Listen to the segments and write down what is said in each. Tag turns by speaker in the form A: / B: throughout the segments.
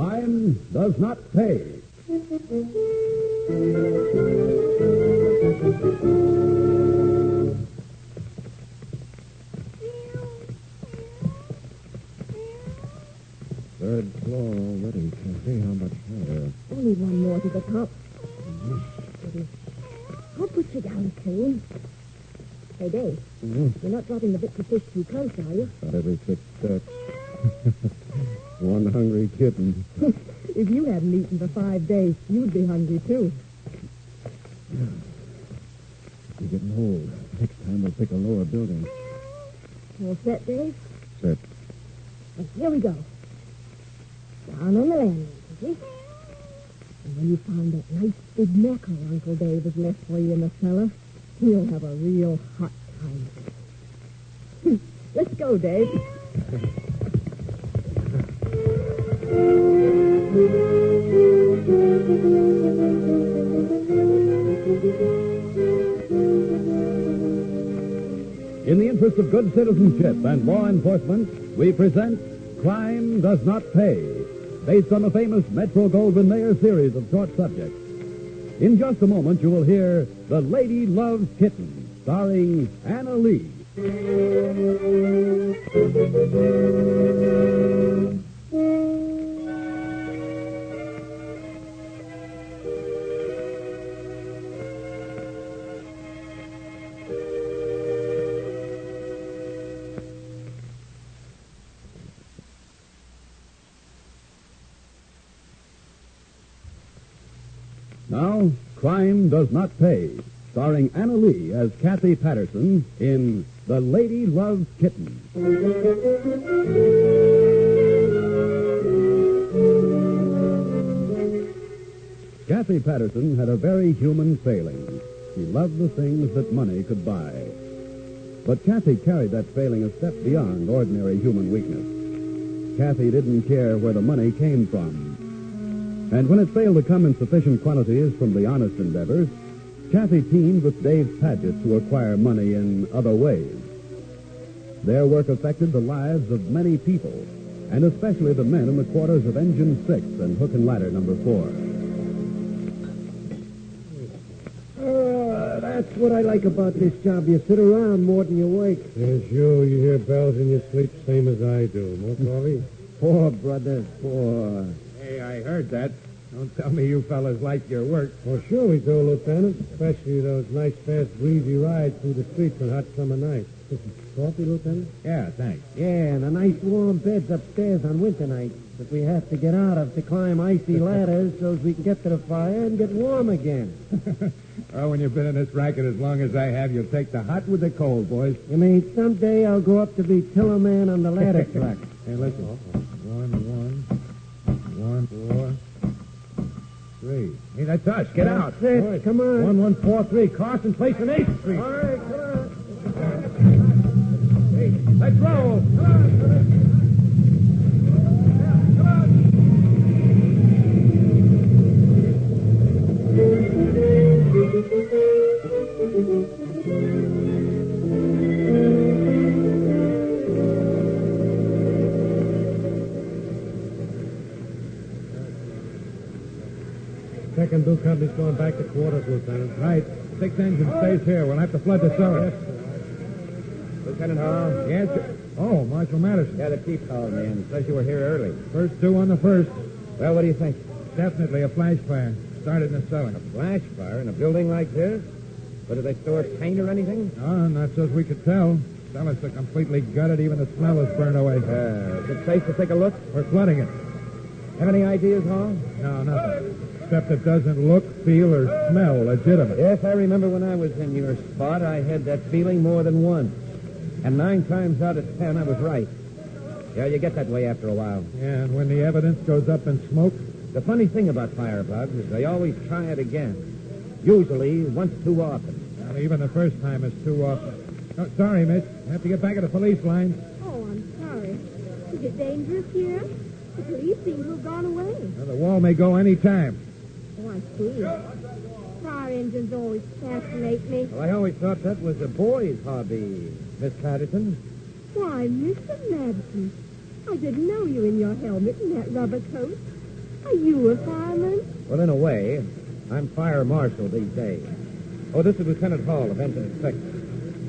A: Crime does not pay. Third floor already, Kathy. How much higher?
B: Only one more to the top. Steady. I'll put you down, Kane. Hey, Dave,
A: Yeah.
B: you're not dropping the bits of fish too close, are you?
A: About every six steps. One hungry kitten.
B: If you hadn't eaten for five days, you'd be hungry, too.
A: You're getting old. Next time we'll pick a lower building.
B: All set, Dave?
A: Set.
B: Well, here we go. Down on the landing, Dickie. And when you found that nice big mackerel Uncle Dave has left for you in the cellar, he'll have a real hot time. Let's go, Dave.
A: In the interest of good citizenship and law enforcement, we present Crime Does Not Pay, based on the famous Metro Goldwyn Mayer series of short subjects. In just a moment, you will hear The Lady Loves Kitten, starring Anna Lee. Now, Crime Does Not Pay, starring Anna Lee as Kathy Patterson in The Lady Loves Kitten. Kathy Patterson had a very human failing. She loved the things that money could buy. But Kathy carried that failing a step beyond ordinary human weakness. Kathy didn't care where the money came from, and when it failed to come in sufficient quantities from the honest endeavors, Kathy teamed with Dave Paget to acquire money in other ways. Their work affected the lives of many people, and especially the men in the quarters of Engine 6 and Hook and Ladder Number 4. Oh, that's what I like about this job. You sit around more than you wake.
C: Yeah, sure. You hear bells in your sleep, same as I do. More coffee?
A: Poor brother, poor.
C: Hey, I heard that. Don't tell me you fellas like your work. Well, sure we do, Lieutenant. Especially those nice, fast, breezy rides through the streets on hot summer nights. coffee, Lieutenant?
A: Yeah, thanks.
D: Yeah, and the nice warm beds upstairs on winter nights that we have to get out of to climb icy ladders so as we can get to the fire and get warm again.
C: Oh, when you've been in this racket as long as I have, you'll take the hot with the cold, boys.
D: You mean someday I'll go up to be tiller man on the ladder truck?
C: Hey, listen. One, one, one, four, three. Hey, that's us. Get out.
D: That's it. Come on.
C: One, one, four, three. Carson Place and Eighth Street.
D: All right, come on.
C: Hey, let's roll. Second Blue Company's going back to quarters, Lieutenant. Right. Six engine stays here. We'll have to flood the cellar. Lieutenant Hall? Yes, sir. Oh, Marshal Madison. Yeah, the chief called me and says you were here early. First two on the first. Well, what do you think? Definitely a flash fire. Started in the cellar. A flash fire in a building like this? But did they store paint or anything? No, not so as we could tell. Cellars are completely gutted. Even the smell is burned away. Uh, good place to take a look? We're flooding it. Have any ideas, Hall? No, nothing. Except it doesn't look, feel, or smell legitimate.
D: Yes, I remember when I was in your spot, I had that feeling more than once. And nine times out of ten, I was right. Yeah, you get that way after a while.
C: Yeah, and when the evidence goes up in smoke,
D: The funny thing about firebugs is they always try it again. Usually once too often.
C: Well, even the first time is too often. Oh, sorry, miss. Have to get back at the police line.
E: Oh, I'm sorry. Is it dangerous here? The police seem to have gone away.
C: Well, the wall may go any time.
E: Oh, I see. Fire engines always fascinate me.
D: Well, I always thought that was a boy's hobby, Miss Patterson.
E: Why, Mr. Madison,
B: I didn't know you in your helmet and that rubber coat. Are you a fireman?
A: Well, in a way, I'm fire marshal these days. Oh, this is Lieutenant Hall of Benton Inspector.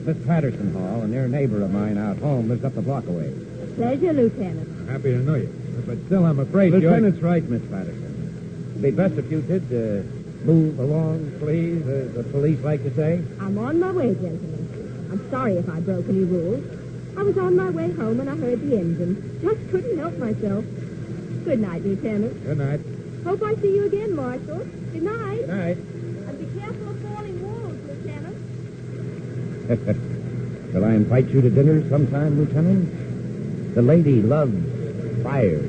A: Miss Patterson Hall, a near neighbor of mine out home, lives up the block away.
B: Pleasure, Lieutenant.
C: I'm happy to know you. But still, I'm afraid
A: Lieutenant's right, Miss Patterson. It'd be best if you did uh, move along, please, as the police like to say.
B: I'm on my way, gentlemen. I'm sorry if I broke any rules. I was on my way home when I heard the engine. Just couldn't help myself. Good night, Lieutenant.
C: Good night.
B: Hope I see you again, Marshal. Good night.
A: All right.
F: And be careful of falling walls, Lieutenant.
A: Shall I invite you to dinner sometime, Lieutenant? The lady loves fire.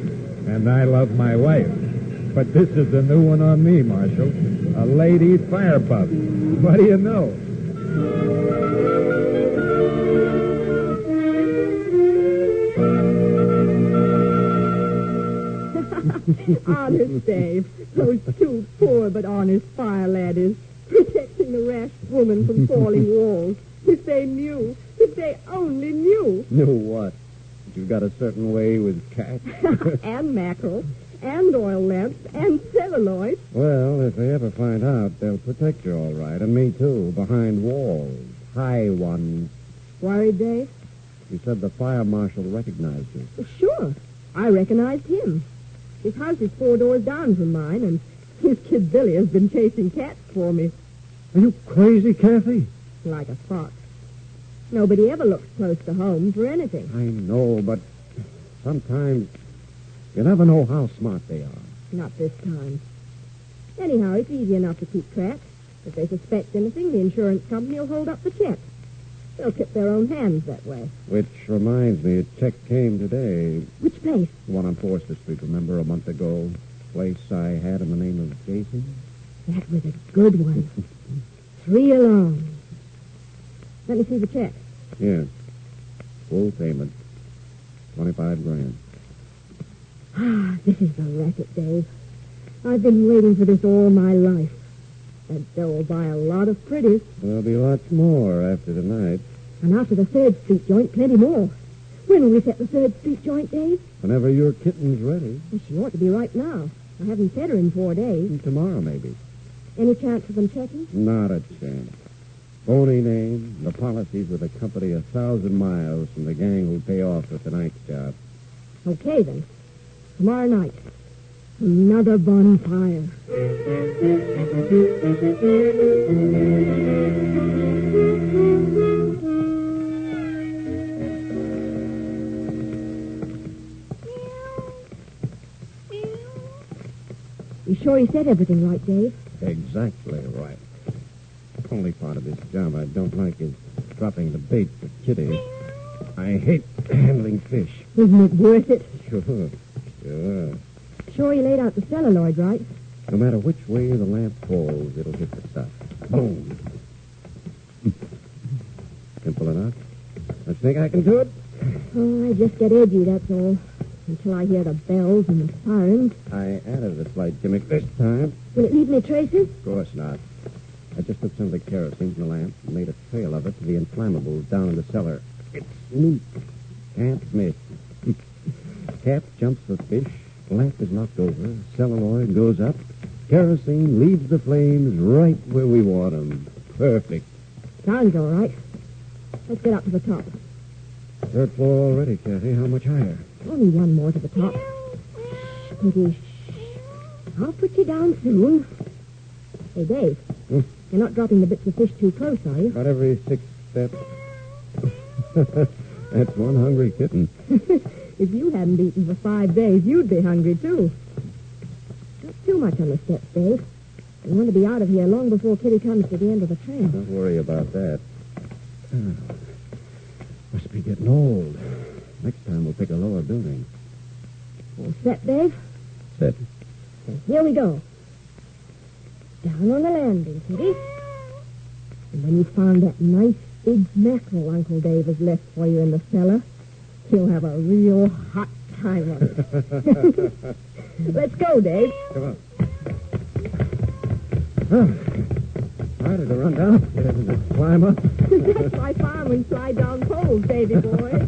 C: And I love my wife. But this is a new one on me, Marshal. A lady fire pup. What do you know?
B: honest, Dave. Those two poor but honest fire ladders protecting the rash woman from falling walls. If they knew, if they only knew.
A: Knew what? You've got a certain way with cats.
B: and mackerel, and oil lamps, and celluloid.
A: well, if they ever find out, they'll protect you all right, and me too, behind walls, high ones.
B: Worried, Dave?
A: You said the fire marshal recognized you.
B: Sure. I recognized him. His house is four doors down from mine, and his kid Billy has been chasing cats for me
C: Are you crazy, Kathy?
B: like a fox. Nobody ever looks close to home for anything.
A: I know, but sometimes you never know how smart they are.
B: Not this time. Anyhow, it's easy enough to keep track. If they suspect anything, the insurance company will hold up the check. They'll tip their own hands that way.
A: Which reminds me, a check came today.
B: Which place?
A: The one on Forster Street, remember, a month ago? Place I had in the name of Jason?
B: That was a good one. Three alone. Let me see the check.
A: Yeah. Full payment. 25 grand.
B: Ah, this is the racket, Dave. I've been waiting for this all my life. That dough will buy a lot of pretties,
A: There'll be lots more after tonight.
B: and after the Third Street joint, plenty more. When will we set the Third Street joint, Dave?
A: Whenever your kitten's ready.
B: Well, she ought to be right now. I haven't fed her in four days.
A: Tomorrow, maybe.
B: Any chance of them checking?
A: Not a chance. Phony name. The policies with a company a thousand miles from the gang who pay off for tonight's job.
B: Okay, then. Tomorrow night. Another bonfire. You sure he said everything right, Dave?
A: Exactly right. Only part of this job I don't like is dropping the bait for kitties. I hate handling fish.
B: Isn't it worth it?
A: Sure. Sure.
B: Sure he laid out the celluloid right.
A: No matter which way the lamp falls, it'll hit the stuff. Boom. Simple enough. I think I can do it.
B: Oh, I just get edgy, that's all. Until I hear the bells and the sirens.
A: I added a slight gimmick this time.
B: Will it leave me traces?
A: Of course not. I just took some of the kerosene from the lamp and made a trail of it to the inflammables down in the cellar. It's neat. Can't miss. Cap jumps the fish. Lamp is knocked over. Celluloid goes up. Kerosene leaves the flames right where we want 'em. Perfect.
B: Sounds all right. Let's get up to the top.
A: Third floor already, Kathy. How much higher?
B: Only one more to the top. Shh, pretty. Shh. I'll put you down soon. Hey, Dave.
A: Hmm?
B: You're not dropping the bits of fish too close, are you?
A: About every six steps. That's one hungry kitten.
B: If you hadn't eaten for five days, you'd be hungry, too. Not too much on the steps, Dave. We want to be out of here long before Kitty comes to the end of the trail.
A: Don't worry about that. Ah, must be getting old. Next time we'll pick a lower building.
B: All set, Dave?
A: Set.
B: Then here we go. Down on the landing, Kitty. And when you found that nice big mackerel Uncle Dave has left for you in the cellar, you'll have a real hot time of it. Let's go, Dave.
A: Oh, harder to run down upstairs than to climb up.
B: That's why firemen slide down poles, Davy boy.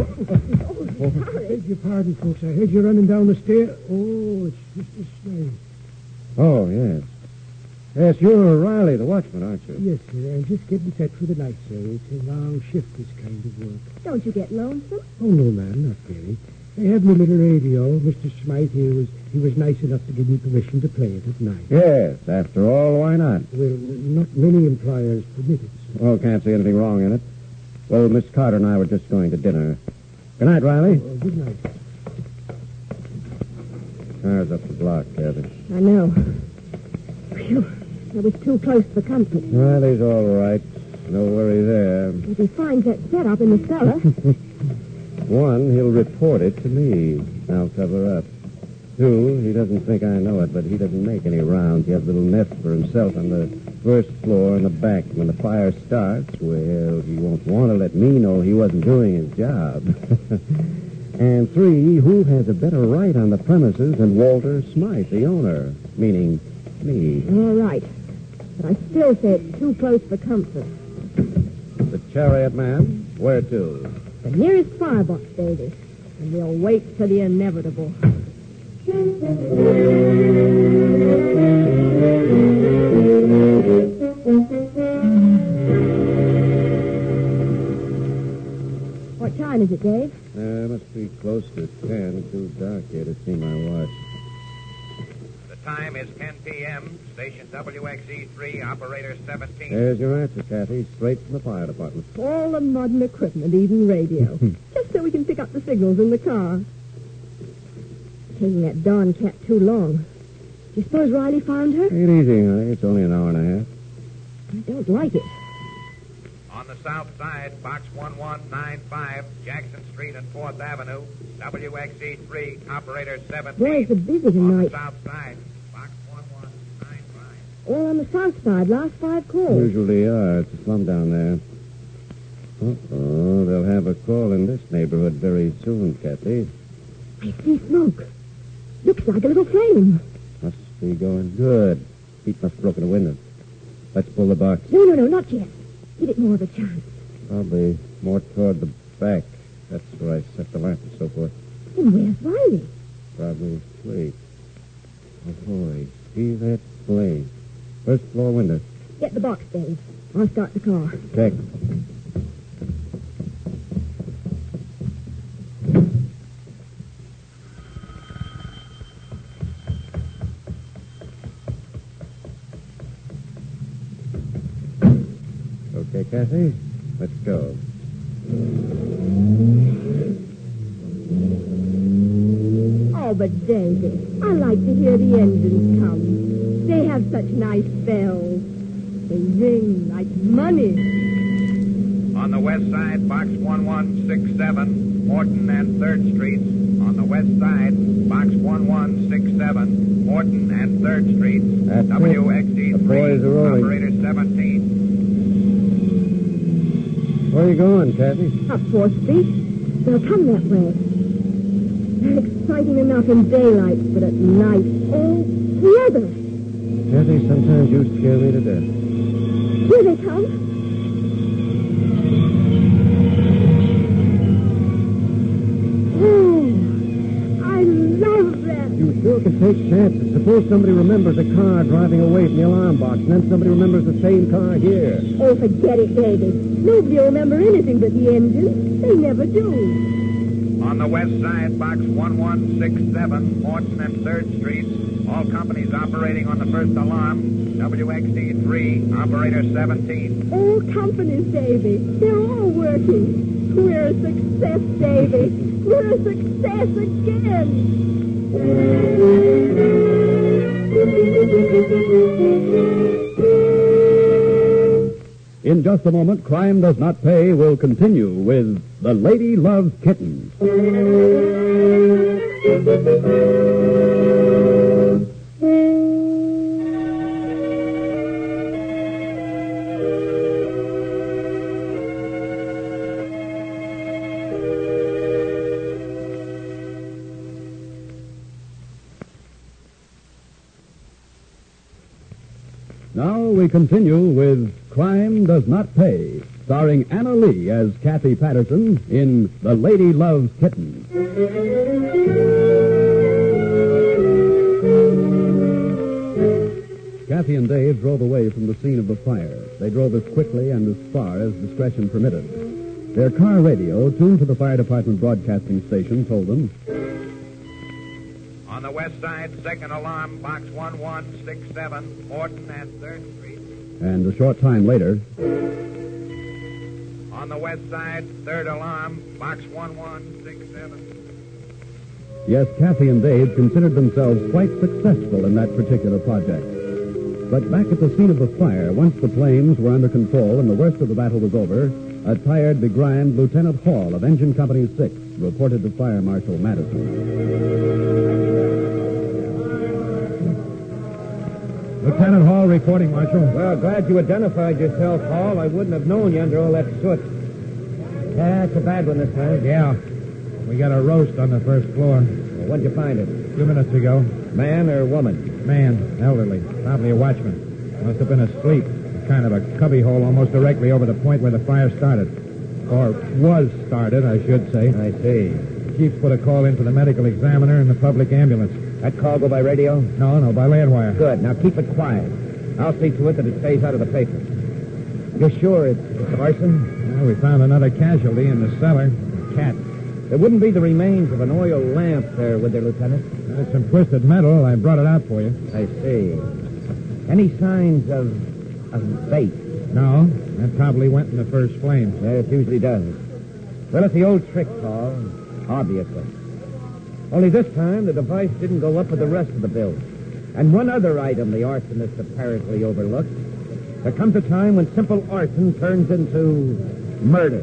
A: Walter?
C: Beg your pardon, folks. I heard you running down the stair. Oh, it's Mr. Slade.
A: Oh, yes. Yes, you're Riley, the watchman, aren't you?
C: Yes, sir. I'm just getting set for the night, sir. It's a long shift, this kind of work.
B: Don't you get lonesome?
C: Oh, no, ma'am, not really. I have my little radio. Mr. Smythe here was he was nice enough to give me permission to play it at night.
A: Yes, after all, why not?
C: Well, not many employers permit it, sir.
A: Oh, can't see anything wrong in it. Well, Miss Carter and I were just going to dinner. Good night, Riley.
C: Oh, good night.
A: Car's up the block, Kathy.
B: I know. Phew. That was too close for comfort.
A: Riley's all right. No worry there.
B: If he finds that setup in the cellar,
A: One, he'll report it to me. I'll cover up. Two, he doesn't think I know it, but he doesn't make any rounds. He has a little nest for himself on the first floor in the back. When the fire starts, well, he won't want to let me know he wasn't doing his job. and three, who has a better right on the premises than Walter Smythe, the owner? Meaning me.
B: all right. But I still say it's too close for comfort.
A: The chariot man? Where to?
B: The nearest firebox, Davy. And we'll wait for the inevitable. What time is it, Dave?
A: Uh, must be close to ten. Too dark here to see my watch.
G: The time is 10 p.m. Station WXE3, operator 17.
A: There's your answer, Kathy. Straight from the fire department.
B: All the modern equipment, even radio. Just so we can pick up the signals in the car. Taking that darn cat too long. Do you suppose Riley found her?
A: Take it easy, honey. It's only an hour and a half.
B: I don't like it.
G: On the south side, box 1195, Jackson Street and 4th Avenue, WXE3, operator 17.
B: Where's the busy
G: On the
B: tonight?
G: south side, box 1195.
B: All on the south side, last five calls.
A: Usually are. It's a slum down there. Uh-oh. They'll have a call in this neighborhood very soon, Kathy.
B: I see smoke. Looks like a little flame.
A: Must be going good. Pete must have broken a window. Let's pull the box.
B: No, no, no, not yet. Give it more of a chance.
A: Probably more toward the back. That's where I set the lamp and so forth.
B: And where's Riley?
A: Probably asleep. Oh, boy. See that flame. First floor window.
B: Get the box, Dave. I'll start the car.
A: Check. Okay, Kathy, let's go.
B: Oh, but Davy, I like to hear the engines come. They have such nice bells. They ring like money.
G: On the west side, box 1167, Morton and 3rd Streets. On the west side, box 1167, Morton and 3rd Streets.
A: That's it. The boys are
G: WXE3,
A: rolling.
G: operator 17.
A: Where are you going, Kathy?
B: Up Fourth Street. They'll come that way. They're exciting enough in daylight, but at night, oh, the other.
A: Kathy, sometimes you scare me to death.
B: Here they come. Oh, I love that.
A: You sure can take chances. Suppose somebody remembers a car driving away from the alarm box, and then somebody remembers the same car here.
B: Oh, forget it, Davy. Nobody will remember anything but the engines. They never do.
G: On the west side, box 1167, Morton and 3rd Streets. All companies operating on the first alarm. WXE3, operator 17.
B: All companies, Davy. They're all working. We're a success, Davy. We're a success again.
H: In just a moment, Crime Does Not Pay will continue with The Lady Loves Kittens. Now we continue with Crime Does Not Pay, starring Anna Lee as Kathy Patterson in The Lady Loves Kitten. Kathy and Dave drove away from the scene of the fire. They drove as quickly and as far as discretion permitted. Their car radio, tuned to the fire department broadcasting station, told them
G: On the west side, second alarm, box 1167, Horton and 3rd Street.
H: And a short time later,
G: On the west side, third alarm, box 1167.
H: yes, Kathy and Dave considered themselves quite successful in that particular project. But back at the scene of the fire, once the flames were under control and the worst of the battle was over, a tired, begrimed Lieutenant Hall of Engine Company 6 reported to Fire Marshal Madison.
C: Lieutenant Hall reporting, Marshal.
A: Well, glad you identified yourself, Hall. I wouldn't have known you under all that soot. Yeah, it's a bad one this time.
C: Yeah. We got a roast on the first floor.
A: Well, when'd you find it?
C: A few minutes ago.
A: Man or woman?
C: Man, elderly, probably a watchman. Must have been asleep. Kind of a cubbyhole almost directly over the point where the fire started. Or was started, I should say.
A: I see.
C: Chief's put a call in for the medical examiner and the public ambulance.
A: That call go by radio?
C: No, no, by land wire.
A: Good. Now keep it quiet. I'll see to it that it stays out of the paper. You're sure it's, it's arson?
C: Well, we found another casualty in the cellar. A cat.
A: There wouldn't be the remains of an oil lamp there, would there, Lieutenant?
C: Well, It's some twisted metal. I brought it out for you.
A: I see. Any signs of of bait?
C: No, that probably went in the first flame.
A: Yeah, it usually does. Well, it's the old trick, Paul. Obviously. Only this time the device didn't go up with the rest of the bill. And one other item the arsonist apparently overlooked. There comes a time when simple arson turns into murder.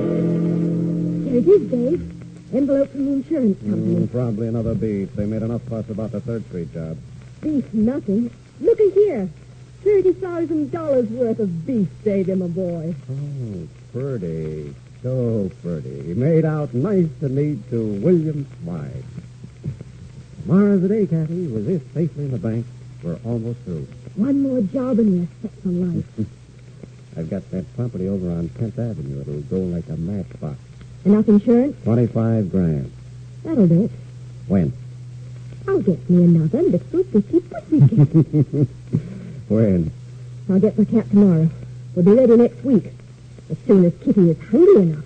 B: Here it is, Dave. Envelope from the insurance company.
A: Hmm, probably another beef. They made enough fuss about the Third Street job.
B: Beef nothing. Look at here. $30,000 worth of beef, Davy, my boy.
A: Oh, pretty. So pretty. Made out nice and neat to William Smythe. Tomorrow the day, Kathy, with this safely in the bank, we're almost through.
B: One more job and we're set for life.
A: I've got that property over on 10th Avenue. It'll go like a matchbox.
B: Enough insurance?
A: 25 grand.
B: That'll do it.
A: When?
B: I'll get me another little bitty pussy cat.
A: when?
B: I'll get my cat tomorrow. We'll be ready next week. As soon as Kitty is hungry enough.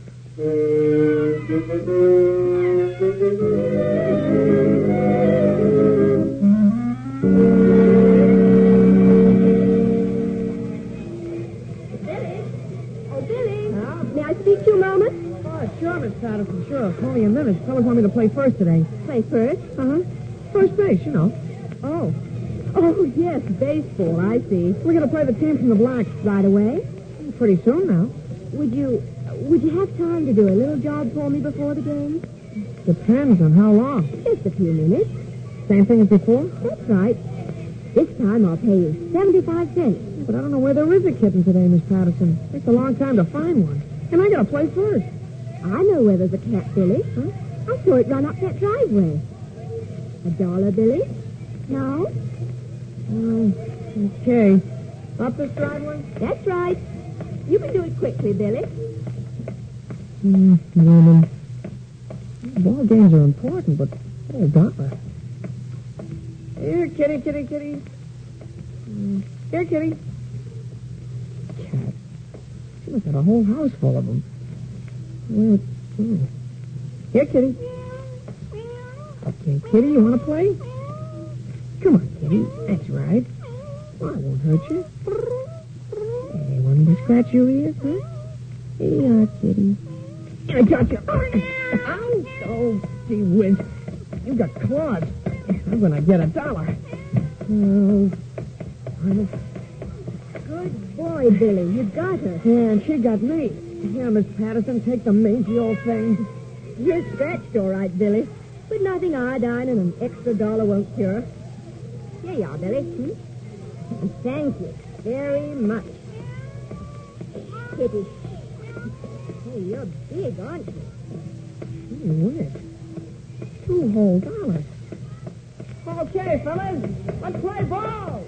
F: Billy? Oh, Billy?
B: Oh,
F: May I speak to you a moment?
B: sure, Miss Patterson, sure. Call me a minute. Fellas want me to play first today.
F: Play first.
B: Uh-huh. First base, you know.
F: Oh. Oh, yes, baseball, I see.
B: We're going to play the team from the blacks
F: Right away?
B: pretty soon now.
F: Would you, would you have time to do a little job for me before the game?
B: Depends on how long.
F: Just a few minutes.
B: Same thing as before?
F: That's right. This time I'll pay you 75 cents.
B: But I don't know where there is a kitten today, Miss Patterson. Takes a long time to find one. And I gotta play first.
F: I know where there's a cat, Billy. Huh? I saw it run up that driveway. A dollar, Billy? No?
B: Oh, Okay. Up this driveway?
F: That's right. You can do it quickly, Billy.
B: Mm, women. Ball games are important, but oh, bother. Here, kitty, kitty, kitty. Mm, Here, kitty. Cat. She's got a whole house full of them. Where? Oh. Here, kitty. Okay, kitty, you want to play? Come on, kitty. That's right. Well, I won't hurt you. Hey, want me to scratch your ears, huh? Yeah, kitty. I got you. Ow! Oh, gee whiz. You got claws. I'm going to get a dollar. Oh, I'm a-
F: Good boy, Billy. You got her.
B: yeah, and she got me. Here, Miss Patterson, take the mangy old thing.
F: You're scratched all right, Billy. But nothing iodine and an extra dollar won't cure. Here you are, Billy. Hmm? And thank you very much. Kitty. Hey, you're big, aren't you?
B: Word. Two whole dollars.
F: Okay, fellas, let's play ball.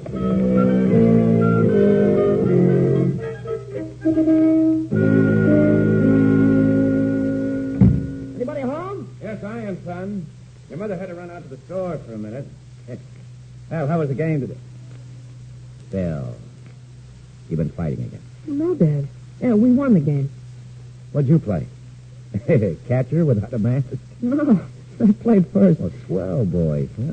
F: Anybody home?
C: Yes, I am, son. Your mother had to run out to the store for a minute. Well, how was the game today?
A: Bill, you've been fighting again.
B: No, Dad. Yeah, we won the game.
A: What'd you play? Catcher without a mask?
B: No, I played first.
A: Oh, swell, boy. Huh.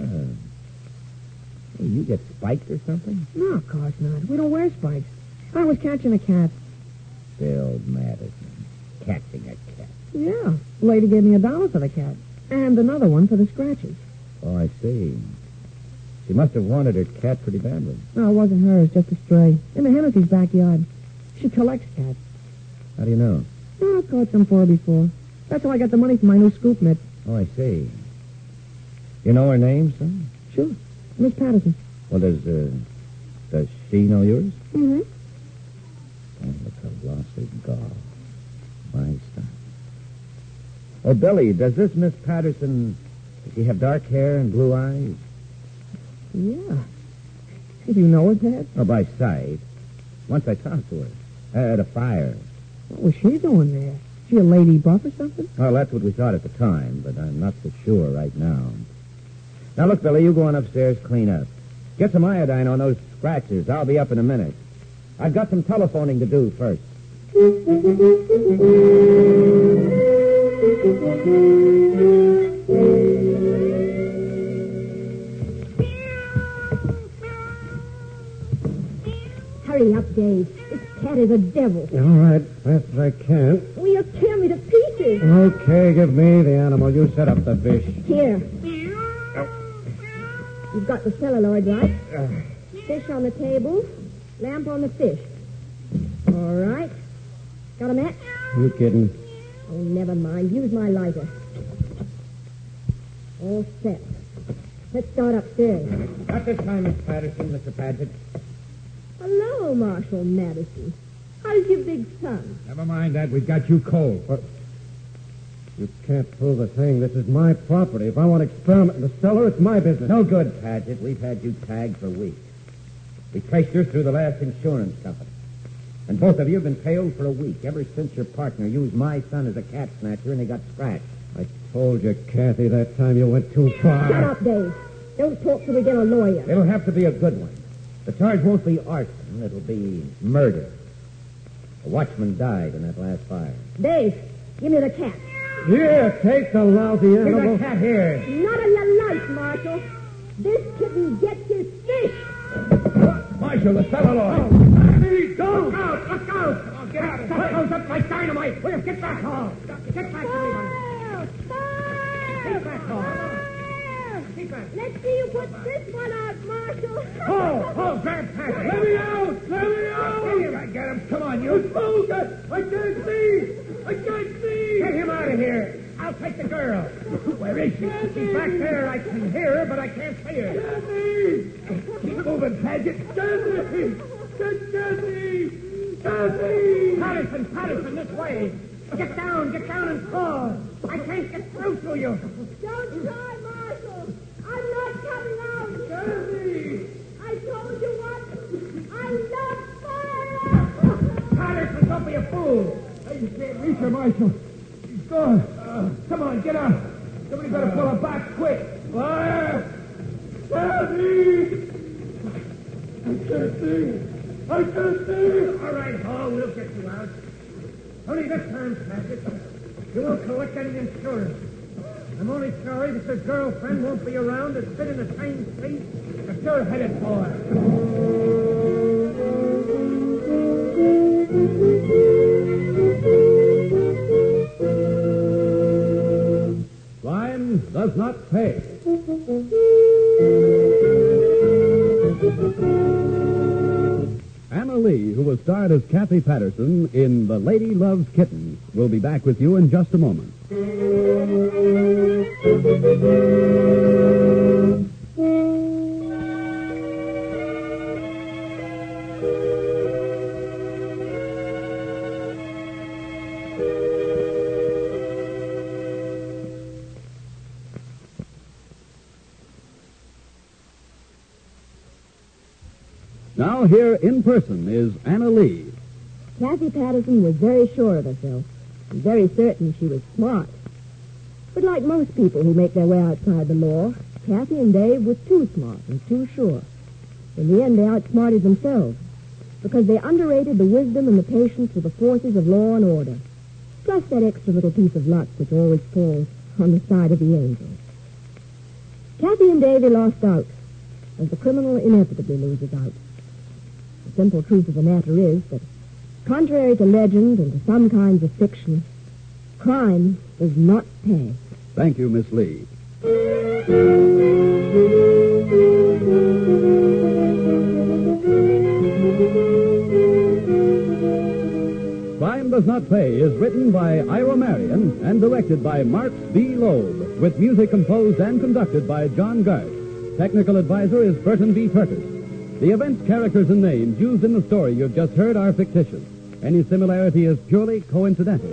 A: Hey, you get spiked or something?
B: No, of course not. We don't wear spikes. I was catching a cat.
A: Bill Madison, catching a cat.
B: Yeah. Lady gave me a dollar for the cat. And another one for the scratches.
A: Oh, I see. She must have wanted her cat pretty badly.
B: No, it wasn't hers, just a stray. In the Hennessy's backyard. She collects cats.
A: How do you know?
B: No, I've caught some for her before. That's how I got the money for my new scoop mitt.
A: Oh, I see. You know her name, son?
B: Sure. Miss Patterson.
A: Well, does, uh, does she know yours?
B: Mm-hmm.
A: Oh, look how lost his gall. My son. Oh, Billy, does this Miss Patterson, does she have dark hair and blue eyes?
B: Yeah. Did you know her, Dad?
A: Oh, by sight. Once I talked to her at a fire.
B: What was she doing there? She a lady buff or something?
A: Well, that's what we thought at the time, but I'm not so sure right now. Now, look, Billy, you go on upstairs, clean up. Get some iodine on those scratches. I'll be up in a minute. I've got some telephoning to do first.
F: Hurry up, Dave. This cat is a devil.
C: All right, fast as I can.
F: Will you tear me to pieces?
C: Okay, give me the animal. You set up the fish.
F: Here. You've got the celluloid, right?
C: Uh.
F: Fish on the table, lamp on the fish. All right. Got a match?
C: You kidding?
F: Oh, never mind. Use my lighter. All set. Let's start upstairs.
C: Not this time, Miss Patterson, Mr. Paget.
F: Hello, Marshal Madison. How's your big son?
C: Never mind that. We've got you cold. But you can't prove a thing. This is my property. If I want to experiment in the cellar, it's my business.
A: No good, Paget. We've had you tagged for weeks. We traced you through the last insurance company. And both of you have been tailed for a week ever since your partner used my son as a cat snatcher and he got scratched.
C: I told you, Kathy, that time you went too far.
F: Shut up, Dave. Don't talk till we get a lawyer.
A: It'll have to be a good one. The charge won't be arson. It'll be murder. The watchman died in that last fire.
F: Dave, give me the cat.
C: Here, take the lousy
A: Give
C: animal.
A: the cat here.
F: Not on your life, Marshal. This kitten gets his fish.
C: Marshal, the celluloid.
G: Look out! Look out! Oh, get out of here! Close up my dynamite! Will you get back home? Get back, everybody! Get back home!
F: Let's see you put this one out, Marshal.
G: Oh, oh, grab Patrick! Let me out! Let me out! Get him! I got him! Come on, you! Move! I can't see! I can't see! Get him out of here! I'll take the girl. Where is she? She's back there. I can hear her, but I can't see her. Kathy! Keep moving, Paget. Kathy! Kathy! Kathy! Patterson, Patterson, this way. Get down, get down and fall. I can't get through to you.
F: Don't try, Marshal. I'm not coming out.
G: Kathy!
F: I told you once. I love fire.
G: Patterson, don't be a fool. You can't reach her, Marshal. She's gone. Uh, Come on, get out. Somebody better pull her back quick. Liar! Kathy! I can't see. I can't see. All right, Hall, we'll get you out. Only this time, Patrick. You won't collect any insurance. I'm only sorry that your girlfriend won't be around to sit in the same seat that you're headed for.
C: Crime does not pay.
H: Anna Lee, who was starred as Kathy Patterson in The Lady Loves Kittens, will be back with you in just a moment.
A: Now here in person is Anna Lee.
B: Kathy Patterson was very sure of herself, and very certain she was smart. But like most people who make their way outside the law, Kathy and Dave were too smart and too sure. In the end, they outsmarted themselves because they underrated the wisdom and the patience of the forces of law and order. Plus that extra little piece of luck which always falls on the side of the angels. Kathy and Davy lost out, as the criminal inevitably loses out. The simple truth of the matter is that, contrary to legend and to some kinds of fiction, crime does not pay.
A: Thank you, Miss Lee. Crime Does Not Pay is written by Ira Marion and directed by Marks B. Loeb, with music composed and conducted by John Garth. Technical advisor is Burton B. Curtis. The events, characters, and names used in the story you've just heard are fictitious. Any similarity is purely coincidental.